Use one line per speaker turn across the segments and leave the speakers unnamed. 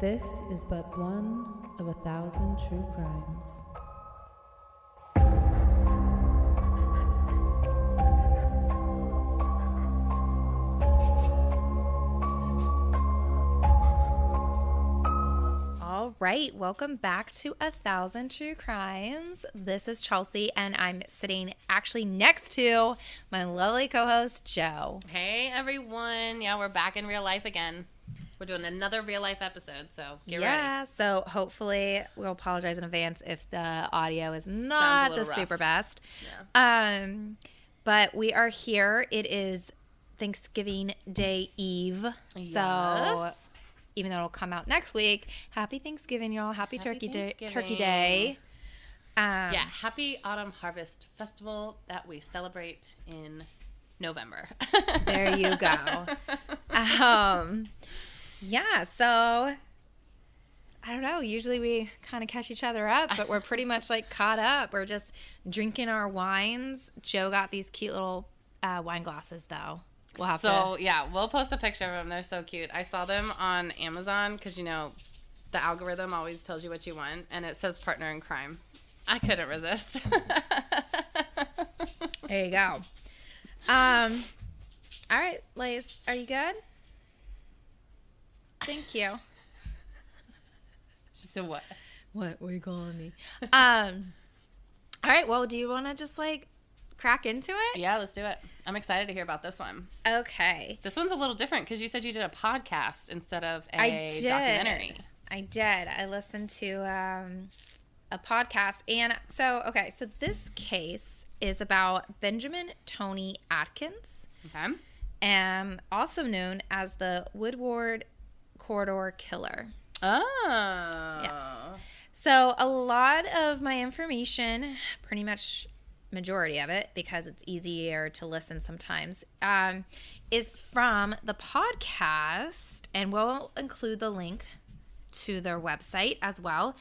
This is but one of a thousand true crimes.
All right, welcome back to A Thousand True Crimes. This is Chelsea, and I'm sitting actually next to my lovely co host, Joe.
Hey everyone. Yeah, we're back in real life again. We're doing another real life episode, so get
yeah, so hopefully we'll apologize in advance if the audio is not the
little rough.
super best.
ready.
Um, but we are here. It is Thanksgiving Day Eve. So
Yes.
even though it'll come out next week, happy Thanksgiving, y'all. Happy,
Happy
Turkey Day. Turkey
Thanksgiving.
Day. Um,
Yeah. Yeah, happy autumn harvest festival that we celebrate in November.
There you go. um yeah so i don't know usually we kind of catch each other up but we're pretty much like caught up we're just drinking our wines joe got these cute little uh, wine glasses though we'll have
so yeah, we'll post a picture of them. They're so cute. I saw them on Amazon because you know the algorithm always tells you what you want, and it says partner in crime. I couldn't resist.
to there you go um all right lace are you good thank you
She said what?
what were you calling me um all right well do you want to just like crack into it
Yeah, let's do it. I'm excited to hear about this one.
okay
This one's a little different because you said you did a podcast instead of
I
a
did.
documentary.
I did. I listened to um, a podcast. And so, okay, so this case is about Benjamin Tony Atkins,
Okay.
um, also known as the Woodward Corridor Killer.
Oh.
So, a lot of my information, pretty much majority of it, because it's easier to listen sometimes, um, is from the podcast, and we'll include the link to their website as well.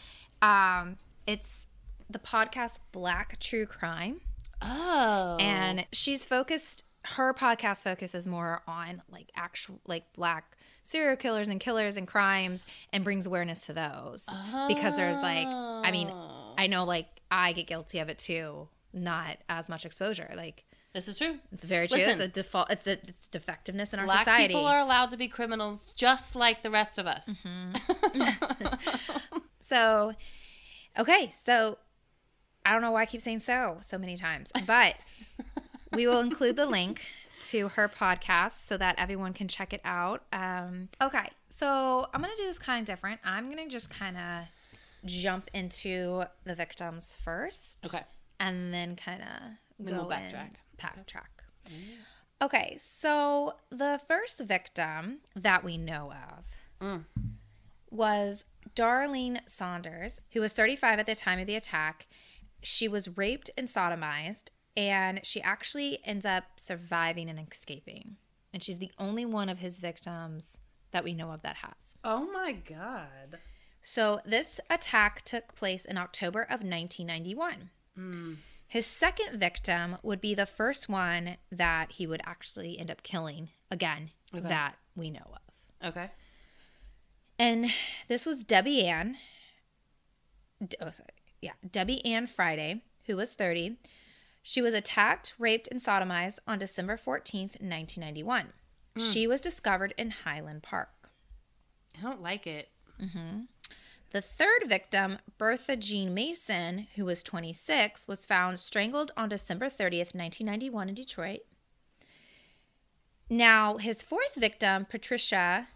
Um, it's the podcast Black True Crime,
Oh.
and she's focused. Her podcast focuses more on like actual like black serial killers and killers and crimes, and brings awareness to those because there's like I mean
Oh.
I know like I get guilty of it too. Not as much exposure. Like
this is true.
it's very true. it's
Listen.
a default. It's a it's defectiveness in our
Black
society.
people are allowed to be criminals just like the rest of us.
Mm-hmm. so okay. So I don't know why I keep saying so so many times, but we will include the link to her podcast so that everyone can check it out. Um, okay. So I'm gonna do this kind of different. I'm gonna just kind of jump into the victims first.
Okay.
and then kind of
Then
go
we'll backtrack.
in,
Mm.
backtrack. Okay, so the first victim that we know of
Mm.
was Darlene Saunders, who was 35 at the time of the attack. She was raped and sodomized, and she actually ends up surviving and escaping. And she's the only one of his victims that we know of that has.
Oh my God.
So this attack took place in October of 1991. His second victim would be the first one that he would actually end up killing again
Okay.
that we know of.
Okay.
And this was Debbie Ann. D- oh, sorry. Yeah. Debbie Ann Friday, who was 30. She was attacked, raped, and sodomized on December 14th, 1991. She was discovered in Highland Park.
I don't like it.
The third victim, Bertha Jean Mason, who was 26, was found strangled on December 30th, 1991, in Detroit. Now, his fourth victim, Patricia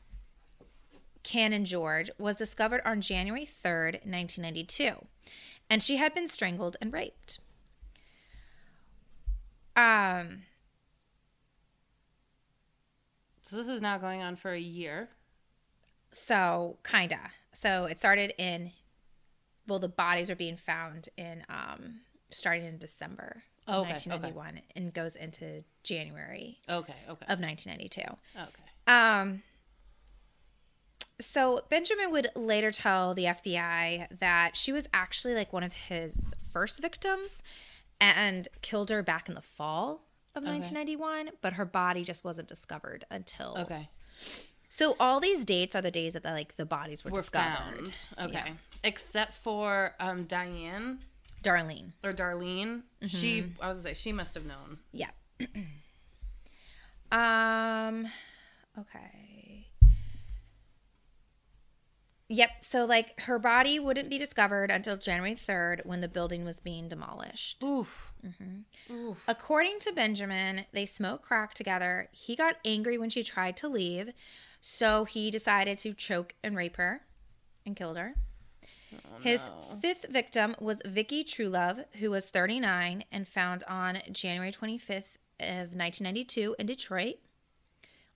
Cannon George, was discovered on January 3rd, 1992, and she had been strangled and raped. Um,
So this is now going on for a year.
so kinda. So it started in, well, the bodies were being found in, um, starting in December
Oh, okay,
1991 and goes into January
Okay. Okay.
of 1992.
okay.
Um, so Benjamin would later tell the FBI that she was actually like one of his first victims and killed her back in the fall of 1991, but her body just wasn't discovered until
Okay.
So all these dates are the days that the, like the bodies were,
Were
discovered.
found. Okay. Except for um, Diane
Darlene.
or Darlene. She,
Mm-hmm.
I was gonna say, she must have known.
Yeah. um okay. Yep, so like her body wouldn't be discovered until January 3rd when the building was being demolished.
Oof.
According to Benjamin, they smoked crack together. He got angry when she tried to leave, so he decided to choke and rape her and killed her. His fifth victim was Vicky Trulove, who was 39 and found on January 25th of 1992 in Detroit.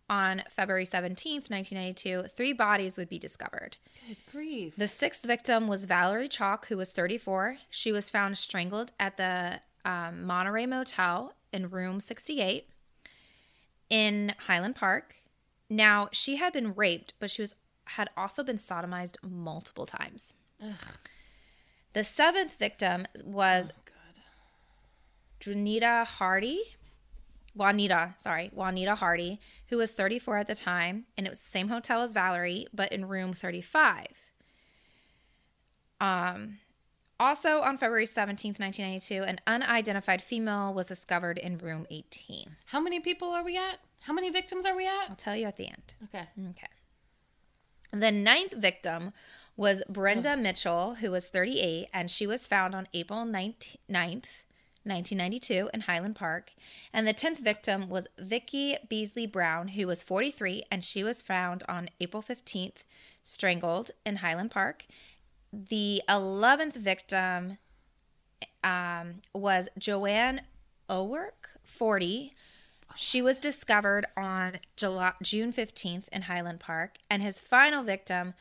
On February 17th, 1992, three bodies would be discovered.
Good grief.
The sixth victim was Valerie Chalk, who was 34. She was found strangled at the um, Monterey Motel in room 68 in Highland Park. Now, she had been raped, but she was had also been sodomized multiple times. The seventh victim was
Oh God.
Juanita Hardy. Juanita, sorry, Juanita Hardy, who was 34 at the time, and it was the same hotel as Valerie, but in room 35. Um, also on February 17th, 1992, an unidentified female was discovered in room 18.
How many people are we at? How many victims are we
I'll
at?
tell you at the end.
Okay.
Okay. The ninth victim was Brenda Mitchell, who was 38, and she was found on April 19- 9th, 1992, in Highland Park. And the 10th victim was Vicky Beasley Brown, who was 43, and she was found on April 15th, strangled in Highland Park. The 11th victim um, was Joanne Owerk, 40. She was discovered on July, June 15th in Highland Park, and his final victim,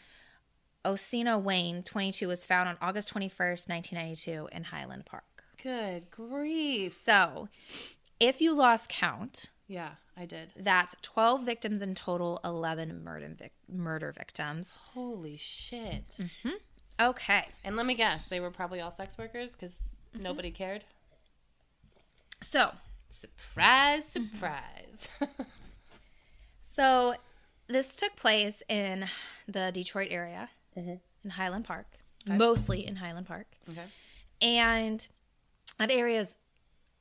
Osina Wayne, 22, was found on August 21st, 1992, in Highland Park.
Good grief.
So, if you lost count,
Yeah, I did.
that's 12 victims in total, 11 murder, vic- murder victims.
Holy shit.
Okay.
And let me guess, they were probably all sex workers because nobody cared.
So,
Surprise, surprise.
So this took place in the Detroit area, in Highland Park, mostly in Highland Park.
Okay.
And that area is,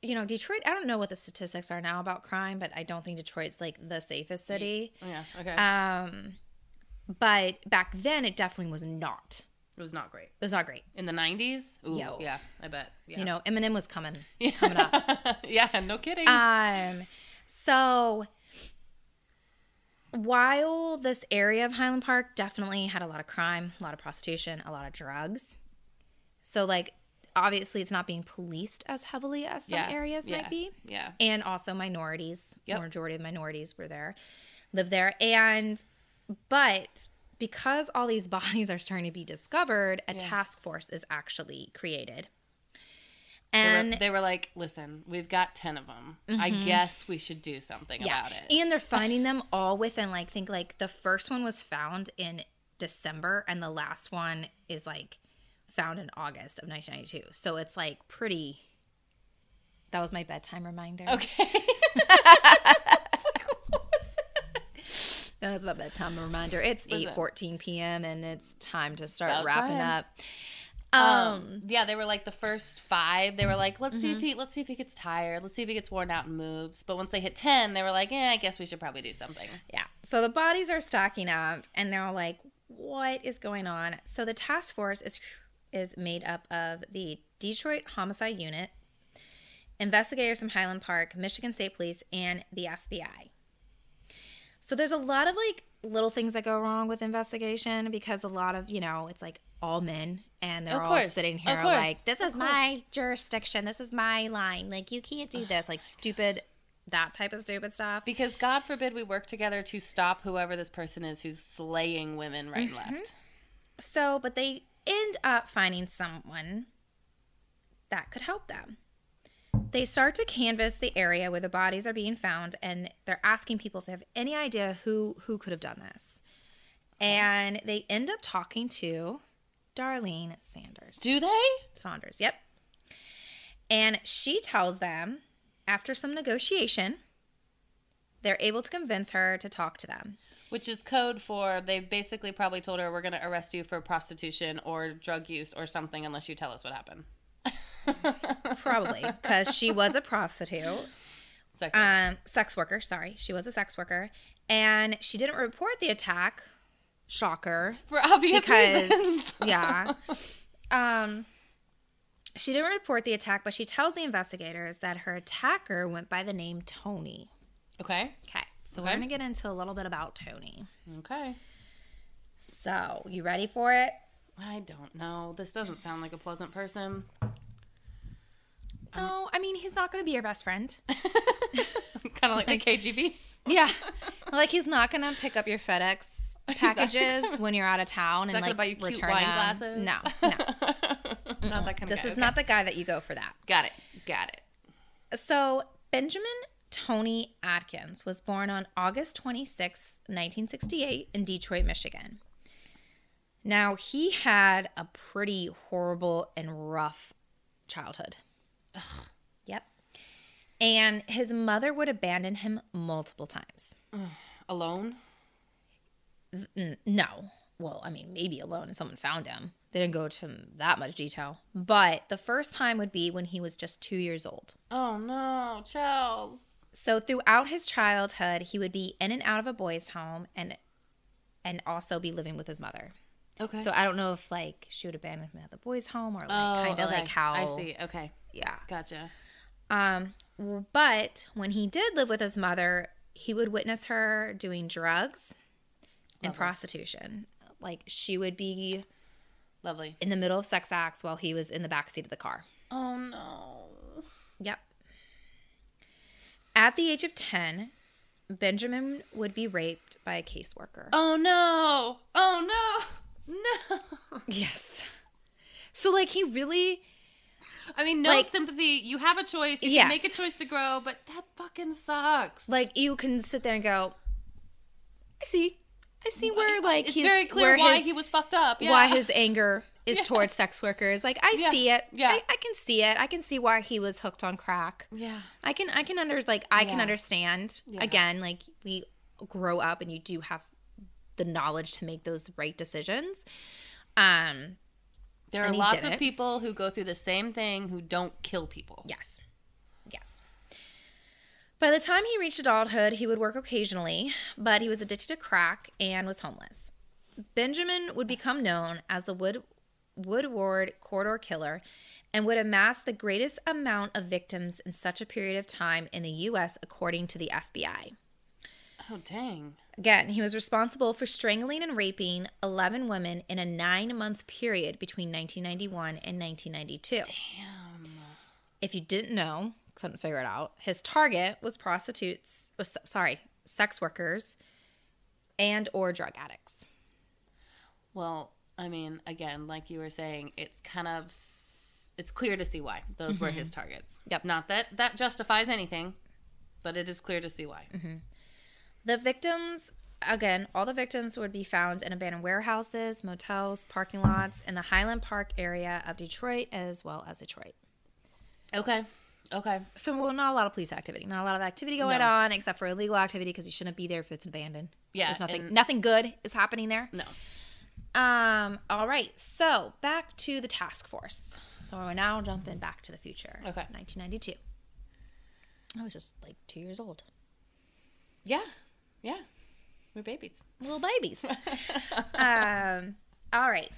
you know, Detroit, I don't know what the statistics are now about crime, but I don't think Detroit's like the safest city.
Oh, yeah, okay.
Um, but back then, it definitely was not.
it was not great.
It was not great.
In the 90s? Ooh,
Yo.
yeah, I bet. Yeah.
You know, Eminem was coming, coming up.
yeah, no kidding.
Um, so while this area of Highland Park definitely had a lot of crime, a lot of prostitution, a lot of drugs, so like obviously it's not being policed as heavily as some
yeah.
areas
yeah.
might be,
Yeah.
and also minorities,
Yep.
majority of minorities were there, live there, and but because all these bodies are starting to be discovered, a task force is actually created.
They
And
were, they were like, listen, we've got 10 of them. I guess we should do something about it.
And they're finding them all within like think like the first one was found in December and the last one is like found in August of 1992. So it's like pretty That was my bedtime reminder.
Okay.
That was my bedtime reminder. It's
it?
8:14 p.m. and it's time to start
about
wrapping
time.
up. Um
Um, yeah, they were like the first five. They were like, let's
Mm-hmm.
see if he, let's see if he gets tired. Let's see if he gets worn out and moves. But once they hit ten, they were like, eh, I guess we should probably do something.
Yeah. So the bodies are stacking up and they're all like, what is going on? So the task force is is made up of the Detroit Homicide Unit, investigators from Highland Park, Michigan State Police, and the FBI. So there's a lot of like little things that go wrong with investigation because a lot of, you know, it's like all men and they're
Of
all
course.
sitting
Of
here
course.
like, this is my jurisdiction. This is my line. Like, you can't do this. Like, stupid, that type of stupid stuff.
Because God forbid we work together to stop whoever this person is who's slaying women right and
Mm-hmm.
left.
So, but they end up finding someone that could help them. They start to canvass the area where the bodies are being found and they're asking people if they have any idea who who could have done this. And they end up talking to Darlene Sanders.
Do they?
Saunders, yep. And she tells them after some negotiation, they're able to convince her to talk to them.
which is code for they basically probably told her we're going to arrest you for prostitution or drug use or something unless you tell us what happened.
Probably because she was a prostitute,
Sex worker.
um, sex worker. Sorry, she was a sex worker, and she didn't report the attack. Shocker.
for obvious
because
reasons.
yeah um she didn't report the attack but she tells the investigators that her attacker went by the name tony
okay.
okay so we're
Okay.
gonna get into a little bit about tony
Okay.
so you ready for it
I don't know. This doesn't sound like a pleasant person. Um,
no i mean he's not gonna be your best friend
kind of like the KGB.
yeah like he's not gonna pick up your fedex packages when you're out of town
Not
and
gonna
like
buy you cute
return
wine
them.
glasses.
no no
not that kind
this
of guy.
is not the guy that you go for that
Got it. Got it.
So, Benjamin Tony Atkins was born on August 26, 1968, in Detroit, Michigan. Now, he had a pretty horrible and rough childhood. Yep. And his mother would abandon him multiple times.
Alone.
N- No. Well, I mean, maybe alone and someone found him. They didn't go to that much detail. But the first time would be when he was just two years old.
Oh no, Charles.
So throughout his childhood, he would be in and out of a boys' home and and also be living with his mother.
Okay.
So I don't know if like she would abandon him at the boys' home or like kind of like how
Oh, I see. Okay.
Yeah.
Gotcha.
Um but when he did live with his mother, he would witness her doing drugs and prostitution. Like she would be
Lovely.
in the middle of sex acts while he was in the back seat of the car.
Oh no.
Yep. At the age of 10, Benjamin would be raped by a caseworker.
Oh no. Oh no. No.
Yes. So, like, he really,
I mean, no
Like-
sympathy. You have a choice. You
Yes.
can make a choice to grow, but that fucking sucks.
like, you can sit there and go, I see. I see where, like,
it's
he's
very clear
where
why
his,
he was fucked up. Yeah.
why his anger is towards sex workers. Like, I
Yeah.
see it.
Yeah.
I, I can see it. I can see why he was hooked on crack.
Yeah.
I can I can under like I can
Yeah.
understand.
Yeah.
Again, like we grow up and you do have the knowledge to make those right decisions. Um
There are
And he
lots
did
of
it.
people who go through the same thing who don't kill people.
yes. Yes. By the time he reached adulthood, he would work occasionally, but he was addicted to crack and was homeless. Benjamin would become known as the Wood Woodward corridor killer and would amass the greatest amount of victims in such a period of time in the US according to the FBI.
Oh dang.
Again, he was responsible for strangling and raping 11 women in a nine month period between 1991 and 1992.
Damn.
If you didn't know, couldn't figure it out, his target was prostitutes, was, sorry, sex workers and or drug addicts.
Well, I mean, again, like you were saying, it's kind of it's clear to see why those were his targets.
Yep.
Not that that justifies anything, but it is clear to see why.
The victims, again, all the victims would be found in abandoned warehouses, motels, parking lots in the Highland Park area of Detroit as well as Detroit.
Okay. Okay.
So, well, not a lot of police activity. Not a lot of activity going
No.
on, except for illegal activity because you shouldn't be there if it's abandoned.
Yeah,
there's nothing.
and-
nothing good is happening there.
No.
Um. All right. So back to the task force. So we're now jumping back to the future.
Okay.
1992. I was just like two years old.
Yeah. Yeah. We're babies.
little babies. um, all right.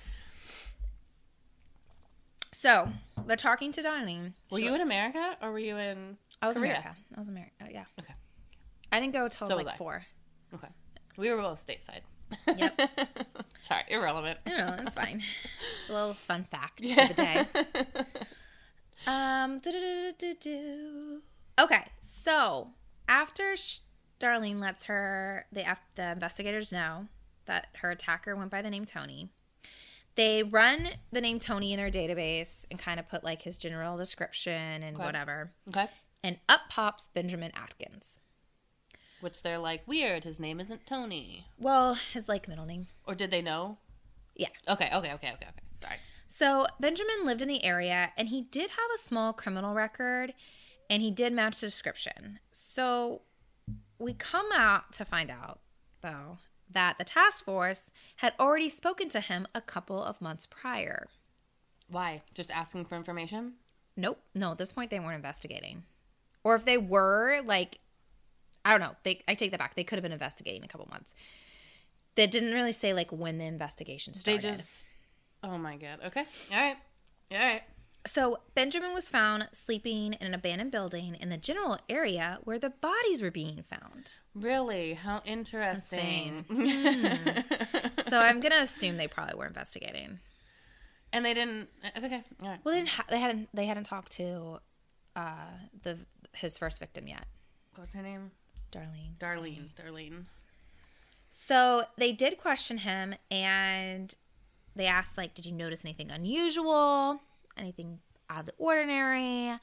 So they're talking to Darlene.
Were you in America or were you in
I was in
Korea?
America. I was in America. Yeah.
Okay.
I didn't go till I was
So was
like
I.
four.
Okay. We were both stateside.
Yep.
Sorry, irrelevant.
No, no, that's fine. Just a little fun fact
Yeah.
for the day. Um, do-do-do-do-do. Okay, so after sh- Darlene lets her the af- the investigators know that her attacker went by the name Tony, they run the name Tony in their database and kind of put like his general description and
Okay.
whatever.
okay.
And up pops Benjamin Atkins.
Which they're like, weird, his name isn't Tony.
Well, his like middle name.
Or did they know?
Yeah.
Okay, okay, okay, okay, okay. Sorry.
So Benjamin lived in the area and he did have a small criminal record and he did match the description. So we come out to find out though that the task force had already spoken to him a couple of months prior.
Why? Just asking for information?
Nope. No, at this point they weren't investigating. Or if they were, like I don't know. They I take that back. They could have been investigating a couple months. They didn't really say like when the investigation
They
started.
just. Oh my god. Okay. All right. All right.
So Benjamin was found sleeping in an abandoned building in the general area where the bodies were being found.
Really? How interesting. Hmm.
So I'm gonna assume they probably were investigating.
and they didn't. uh, Okay. All right.
Well, they didn't. Ha- they hadn't. They hadn't talked to uh, the his first victim yet,
What's her name?
Darlene.
Darlene. Darlene.
So they did question him, and they asked, like, "Did you notice anything unusual? Anything out of the ordinary?"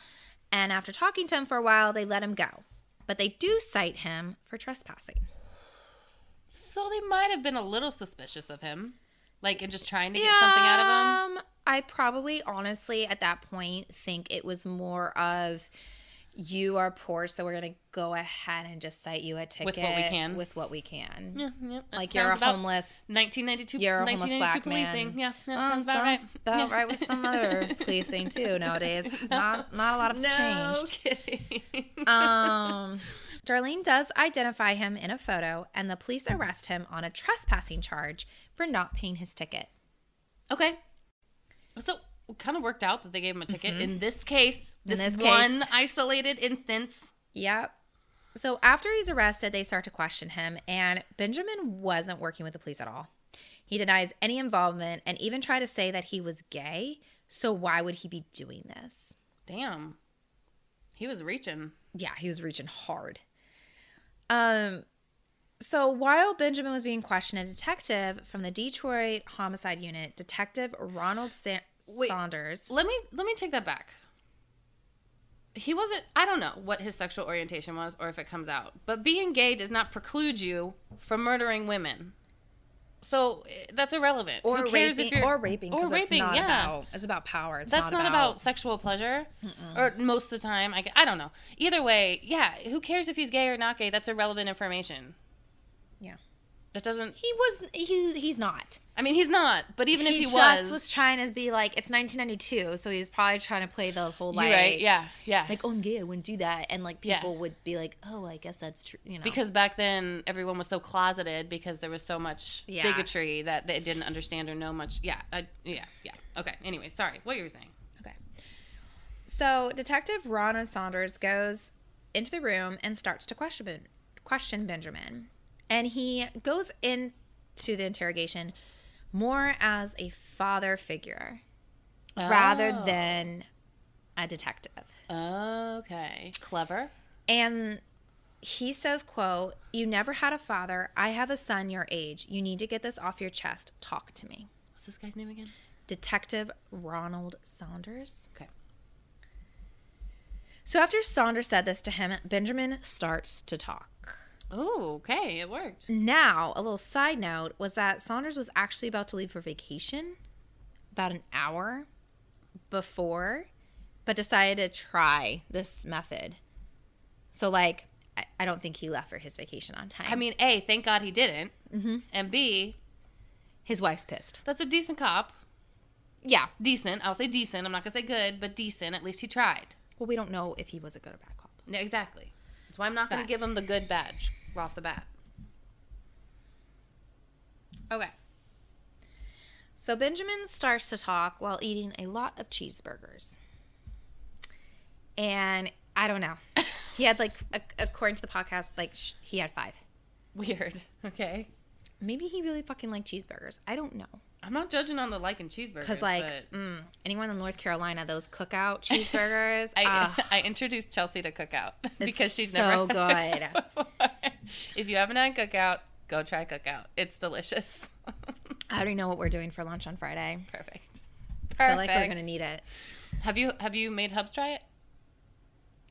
And after talking to him for a while, they let him go, but they do cite him for trespassing.
So they might have been a little suspicious of him, like and just trying to get something out of him.
Um, I probably honestly at that point think it was more of you are poor, so we're gonna go ahead and just cite you a ticket
what we can.
With what we can.
Yeah, yeah, that
Like you're
sounds
a
about
homeless.
1992.
You're a homeless
1992
black
policing.
man.
Yeah, that
Well,
Oh, sounds about right.
about
Yeah.
right with some other policing too nowadays. Not not a lot of
No
changed.
kidding.
Um, Darlene does identify him in a photo, and the police arrest him on a trespassing charge for not paying his ticket.
okay. So it kind of worked out that they gave him a ticket in this case.
Mm-hmm. In
This,
this case.
one isolated instance.
Yep. So after he's arrested, they start to question him, and Benjamin wasn't working with the police at all. He denies any involvement and even tried to say that he was gay. So why would he be doing this?
Damn. He was reaching.
Yeah, he was reaching hard. Um so while Benjamin was being questioned, a detective from the Detroit Homicide Unit, Detective Ronald Sa-
Wait.
Saunders.
Let me let me take that back. He wasn't I don't know what his sexual orientation was or if it comes out. But being gay does not preclude you from murdering women. So eh, that's irrelevant.
Or
Who cares
raping,
if you're
or raping,
or raping,
It's not
yeah.
about, it's about power. It's
that's not, about, sexual pleasure or most of the time I, gu- I don't know either way yeah who cares if he's gay or not gay that's irrelevant information
Yeah,
that doesn't
he was. He he's not.
i mean he's not but even if he
just
was,
was trying to be like it's 1992, so he was probably trying to play the whole
you
like
right yeah yeah
like oh I'm gay, I wouldn't do that, and like
Yeah.
people would be like oh I guess that's true, you know.
because back then everyone was so closeted because there was so much
Yeah.
bigotry that they didn't understand or know much yeah I, yeah yeah okay anyway sorry what you were saying
okay, so Detective Ronna Saunders goes into the room and starts to question Ben- question Benjamin, and he goes into the interrogation more as a father figure
Oh.
rather than a detective.
okay clever
and he says quote you never had a father i have a son your age you need to get this off your chest talk to me
what's this guy's name again
detective ronald saunders
okay
so after saunders said this to him benjamin starts to talk
oh okay it worked
now a little side note was that saunders was actually about to leave for vacation about an hour before but decided to try this method so like i, I don't think he left for his vacation on time
I mean, A, thank God he didn't.
Mm-hmm.
And B,
his wife's pissed
that's a decent cop.
yeah
Decent. I'll say decent. I'm not going to say good, but decent. At least he tried.
Well, we don't know if he was a good or bad cop.
No, exactly. That's why I'm not going to
Bad.
give him the good badge right off the bat. Okay.
So Benjamin starts to talk while eating a lot of cheeseburgers. And I don't know. He had like, a, according to the podcast, like sh- he had five.
Weird. Okay.
Maybe he really fucking liked cheeseburgers. I don't know.
I'm not judging on the liking cheeseburgers.
Because like,
but
mm, anyone in North Carolina, those cookout cheeseburgers. uh,
I,
ugh.
I introduced Chelsea to cookout because she's
ah. so
never had
good.
it before. If you haven't had cookout, go try cookout. It's delicious.
I already know what we're doing for lunch on Friday.
Perfect. Perfect.
I feel like we're gonna need it.
Have you have you made Hubs try it?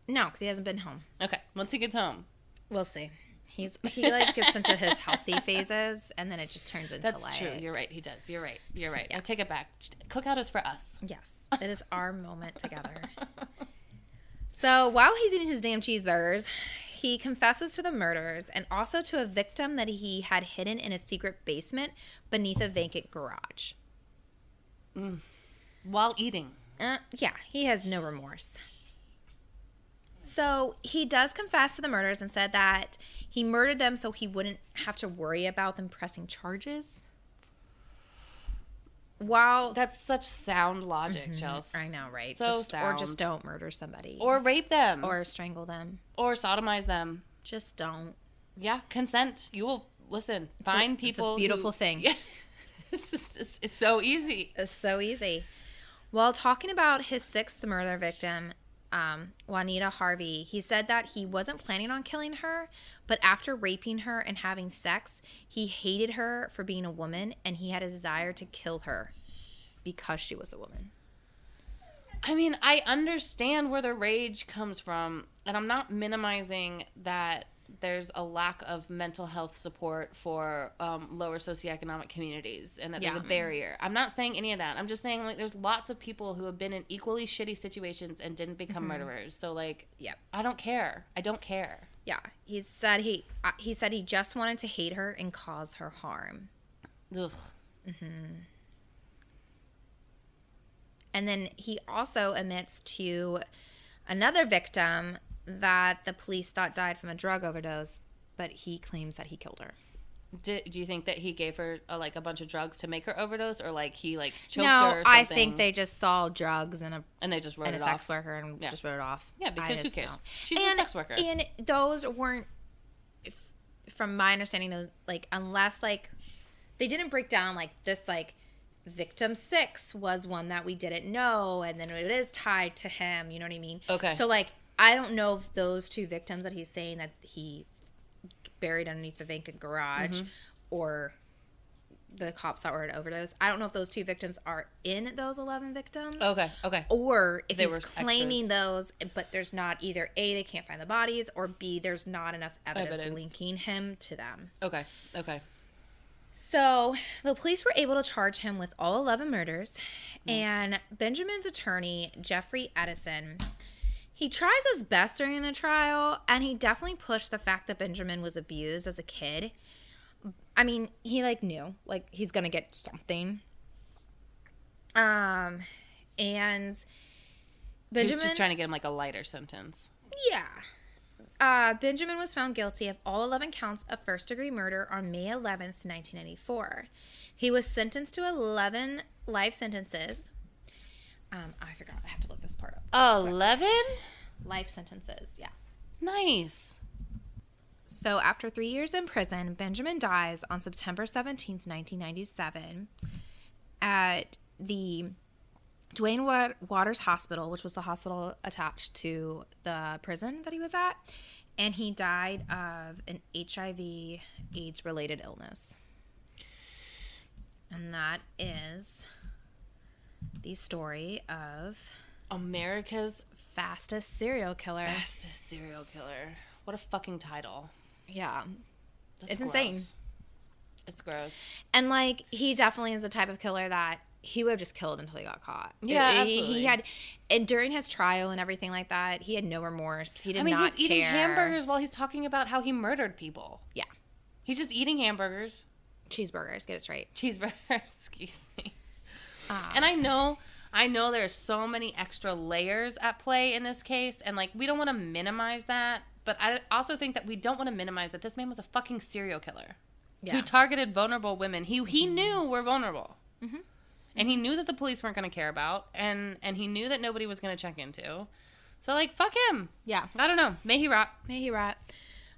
No, because he hasn't been home.
Okay. Once he gets home,
We'll see. He's he like gets into his healthy phases, and then it just turns into
that's
like
true. You're right. He does. You're right. You're right. I take it back. Cookout is for us.
Yes, it is our moment together. So while he's eating his damn cheeseburgers, He confesses to the murders and also to a victim that he had hidden in a secret basement beneath a vacant garage.
while eating.
Uh, yeah, he has no remorse. So he does confess to the murders and said that he murdered them so he wouldn't have to worry about them pressing charges. While
That's such sound logic, Chels.
Mm-hmm. I know, right?
So
just, or just
sound.
don't murder somebody,
Or rape them, or
or strangle them.
or sodomize them.
Just don't.
Yeah, consent. You will listen.
a-
Find
it's a
people.
beautiful
who-
thing.
Yeah. it's just it's, it's so easy.
It's so easy. While talking about his sixth murder victim, um, Juanita Harvey, he said that he wasn't planning on killing her, but after raping her and having sex, he hated her for being a woman and he had a desire to kill her because she was a woman.
I mean, I understand where the rage comes from, and I'm not minimizing that there's a lack of mental health support for um, lower socioeconomic communities and that there's
Yeah.
a barrier. I'm not saying any of that. I'm just saying, like, there's lots of people who have been in equally shitty situations and didn't become
Mm-hmm.
murderers. So, like,
Yep.
I don't care. I don't care.
Yeah, he said he uh, he said he just wanted to hate her and cause her harm.
Ugh.
And then he also admits to another victim that the police thought died from a drug overdose, but he claims that he killed her.
Do, do you think that he gave her uh, like a bunch of drugs to make her overdose, or like he like choked
no,
her? Or
I
something,
think they just saw drugs and a
and they just wrote
and a
it
sex
off.
worker and
Yeah.
just wrote it off.
Yeah, because who
just
cares?
don't.
She's a
and,
sex worker.
and those weren't, if, from my understanding, those like unless like they didn't break down like this like victim six was one that we didn't know, and then it is tied to him. You know what I mean?
Okay.
So like I don't know if those two victims that he's saying that he buried underneath the vacant garage
Mm-hmm.
or the cops that were an overdose. I don't know if those two victims are in those 11 victims
Okay, okay.
or if
They
he's
were
claiming those, but there's not either A, they can't find the bodies, or B, there's not enough evidence,
Evidence.
linking him to them.
Okay. Okay.
So the police were able to charge him with all 11 murders, and Benjamin's attorney, Jeffrey Edison, he tries his best during the trial, and he definitely pushed the fact that Benjamin was abused as a kid. I mean, he like knew, like he's gonna get something. Um, and
He
Benjamin
was just trying to get him like a lighter sentence.
yeah. Uh, Benjamin was found guilty of all 11 counts of first degree murder on May 11th, 1994. He was sentenced to 11 life sentences. Um, I forgot. I have to look this part up.
Eleven?
Life sentences, yeah.
Nice.
So after three years in prison, Benjamin dies on September 17th, 1997 at the Dwayne Wa- Waters Hospital, which was the hospital attached to the prison that he was at, and he died of an HIV AIDS related illness. And that is the story of
America's
fastest serial killer.
fastest serial killer. What a fucking title.
Yeah.
That's
It's insane.
gross. It's gross.
And like he definitely is the type of killer that he would have just killed until he got caught.
Yeah,
He- he,
absolutely.
he had, and during his trial and everything like that, he had no remorse. He did
I mean, he's
not
eating
care.
hamburgers while he's talking about how he murdered people.
Yeah,
He's just eating hamburgers,
cheeseburgers. Get it straight.
cheeseburgers. Excuse me.
Um,
And I know, I know there are so many extra layers at play in this case, and like we don't want to minimize that, but I also think that we don't want to minimize that this man was a fucking serial killer
yeah, Mm-hmm.
who targeted vulnerable women who he knew were vulnerable,
Mhm.
and he knew that the police weren't going to care about, and and he knew that nobody was going to check into. So like, fuck him.
yeah.
I don't know. May he rot.
May he rot.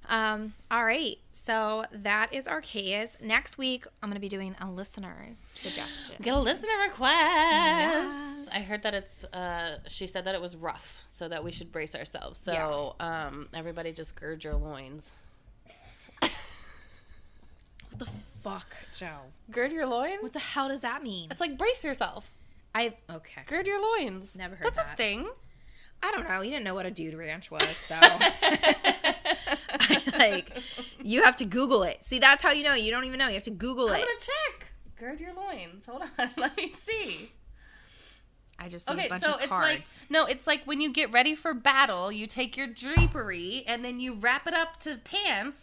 Um, all right, so that is our case. Next week, I'm gonna be doing a listener's suggestion.
Get a listener request.
Yes.
I heard that it's. Uh, she said that it was rough, so that we should brace ourselves. So um, everybody, just gird your loins.
What the fuck, Joe?
Gird your loins.
What the hell does that mean?
It's like brace yourself.
I okay.
Gird your loins.
Never heard
That's
that.
a thing.
I don't know. You didn't know what a dude ranch was, so I'm like you have to Google it. See, that's how you know. You don't even know. You have to Google
I'm
it.
gonna check. Gird your loins. Hold on. Let me see.
I just see
Okay,
a bunch
so
of
it's like
cards.
no, it's like when you get ready for battle, you take your drapery and then you wrap it up to pants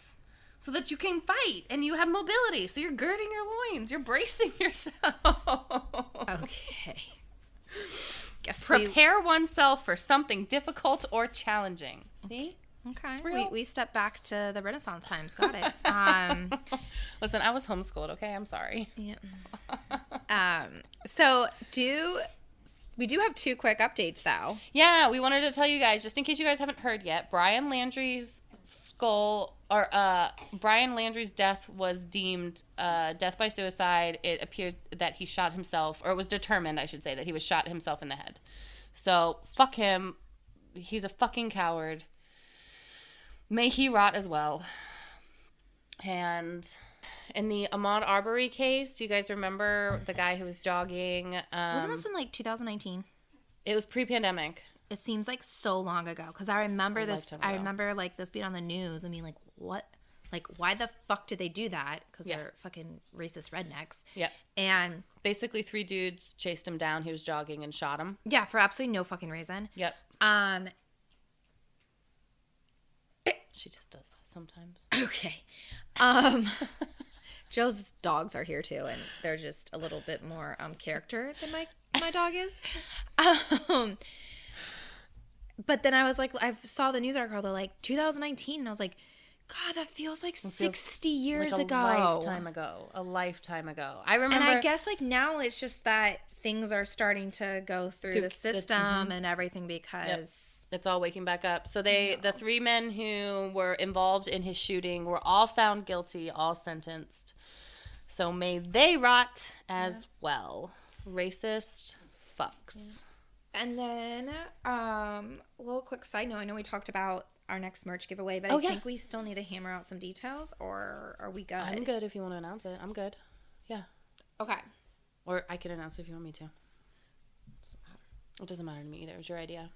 so that you can fight and you have mobility. So you're girding your loins, you're bracing yourself.
okay. Guess we
Prepare oneself for something difficult or challenging. See?
okay. We,
real.
we step back to the Renaissance times. Got it. Um,
Listen, I was homeschooled, okay? I'm sorry.
yeah. Um, so do we do have two quick updates though?
Yeah, we wanted to tell you guys, just in case you guys haven't heard yet, Brian Landry's skull or uh Brian Landry's death was deemed uh death by suicide. It appeared that he shot himself or it was determined, I should say, that he was shot himself in the head. So, fuck him. He's a fucking coward. May he rot as well. And in the Ahmad Arbery case, you guys remember the guy who was jogging? Um,
Wasn't this in like 2019?
it was pre-pandemic.
It seems like so long ago because I remember this.
lifetime
I
ago.
remember like this being on the news and being like, "What? Like, why the fuck did they do that? Because
Yeah.
they're fucking racist rednecks."
Yep.
And
basically three dudes chased him down he was jogging and shot him
yeah, for absolutely no fucking reason.
yep
Um.
she just does that sometimes
Okay. Um. Joe's dogs are here too, and they're just a little bit more um character than my my dog is. Um. But then I was like, I saw the news article. They're like 2019, and I was like, God, that feels like 60 years
like a
ago.
lifetime ago a lifetime ago i remember
and I guess like now it's just that things are starting to go through,
Through
the
the- mm-hmm.
system and everything because
it's all waking back up so they the three men who were involved in his shooting were all found guilty all sentenced so may they rot as well racist fucks
and then um a little quick side note i know we talked about our next merch giveaway but
Oh,
i
yeah.
think we still need to hammer out some details or are we good
i'm good if you want to announce it i'm good yeah
okay
or i can announce it if you want me to it doesn't matter to me either it was your idea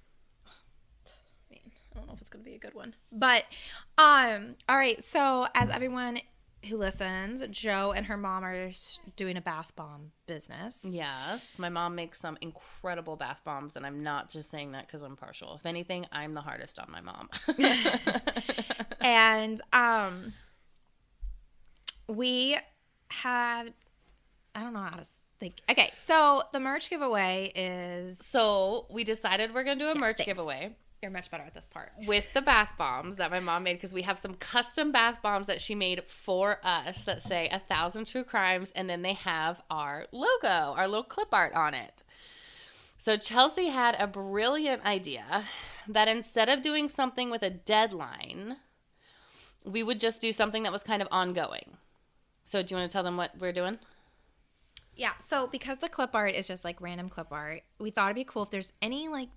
Man, I don't know if it's going to be a good one. But um all right, so as everyone who listens, Joe and her mom are s- doing a bath bomb business.
Yes, my mom makes some incredible bath bombs, and I'm not just saying that because I'm partial. If anything, I'm the hardest on my mom.
and um we have i don't know how to s- think okay so the merch giveaway is
so we decided we're gonna do a merch
thanks.
giveaway
you're much better at this part
with the bath bombs that my mom made because we have some custom bath bombs that she made for us that say a thousand true crimes, and then they have our logo, our little clip art on it. So Chelsea had a brilliant idea that instead of doing something with a deadline, we would just do something that was kind of ongoing. So do you want to tell them what we're doing?
yeah so because the clip art is just like random clip art we thought it'd be cool if there's any like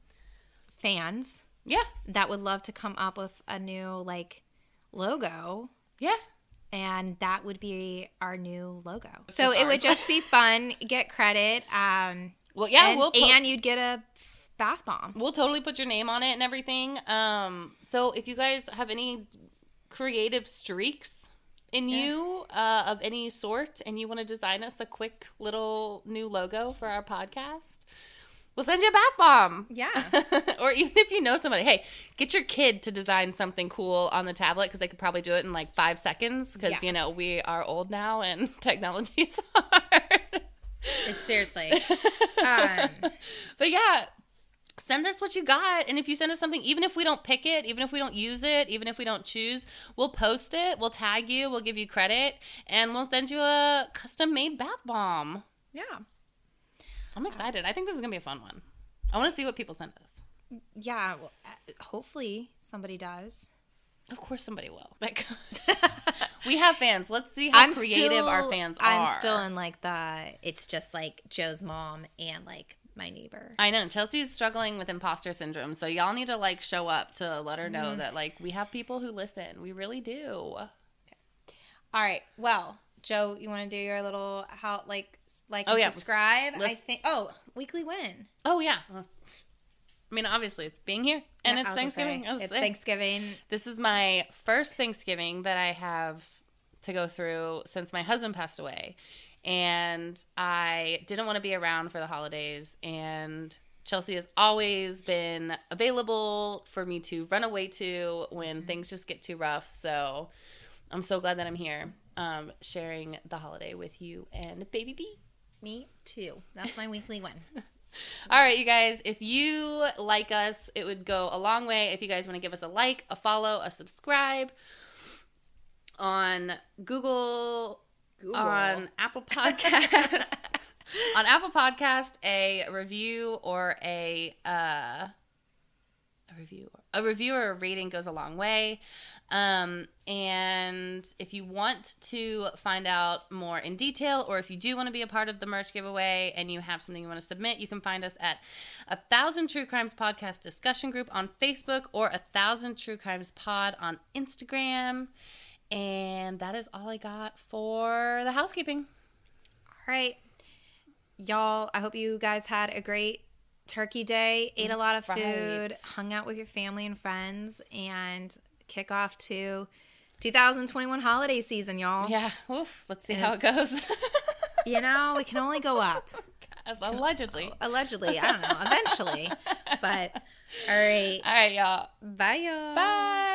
fans
Yeah.
that would love to come up with a new like logo
Yeah.
and that would be our new logo so it would
ours.
just be fun get credit um
Well, yeah,
and,
we'll po-
and you'd get a bath bomb
we'll totally put your name on it and everything. Um, so if you guys have any creative streaks in you uh, of any sort, and you want to design us a quick little new logo for our podcast, we'll send you a bath bomb.
Yeah.
or even if you know somebody, hey, get your kid to design something cool on the tablet because they could probably do it in like five seconds. Because
Yeah.
you know we are old now and technology is hard.
Seriously. um,
But yeah, send us what you got. And if you send us something, even if we don't pick it, even if we don't use it, even if we don't choose, we'll post it, we'll tag you, we'll give you credit, and we'll send you a custom made bath bomb.
yeah.
I'm excited. I think this is going to be a fun one. I want to see what people send us.
Yeah. Well, uh, hopefully somebody does.
Of course, somebody will. Like, we have fans. Let's see how creative our
still-
fans are.
I'm still in like the, it's just like Joe's mom and like my neighbor.
I know Chelsea's struggling with imposter syndrome, so y'all need to like show up to let her
Mm-hmm.
know that like we have people who listen. We really do.
All right. Well, Joe, you want to do your little how like s- like
Oh,
and
yeah.
subscribe? I
Let's-
think oh weekly win
Oh yeah. I mean, obviously it's being here and
Yeah,
it's
I was gonna say,
Thanksgiving. I was
It's
saying.
Thanksgiving.
This is my first Thanksgiving that I have to go through since my husband passed away, and I didn't want to be around for the holidays, and Chelsea has always been available for me to run away to when
Mm-hmm.
things just get too rough. So I'm so glad that I'm here um, sharing the holiday with you and Baby B.
Me too. That's my weekly one.
All right, you guys, if you like us, it would go a long way if you guys want to give us a like, a follow, a subscribe on Google,
Google.
on Apple Podcasts, on Apple Podcast, a review or a uh, a review, a review or a rating goes a long way. Um, and if you want to find out more in detail, or if you do want to be a part of the merch giveaway and you have something you want to submit, you can find us at a thousand true crimes podcast discussion group on Facebook or a thousand true crimes pod on Instagram. And that is all I got for the housekeeping.
All right. Y'all, I hope you guys had a great turkey day, ate a lot of
That's
food,
right.
hung out with your family and friends, and kick off to 2021 holiday season, y'all.
Yeah, oof, let's see how it goes.
You know, we can only go up.
Allegedly.
Allegedly, I don't know, eventually. But all right.
All right, y'all.
Bye y'all.
Bye.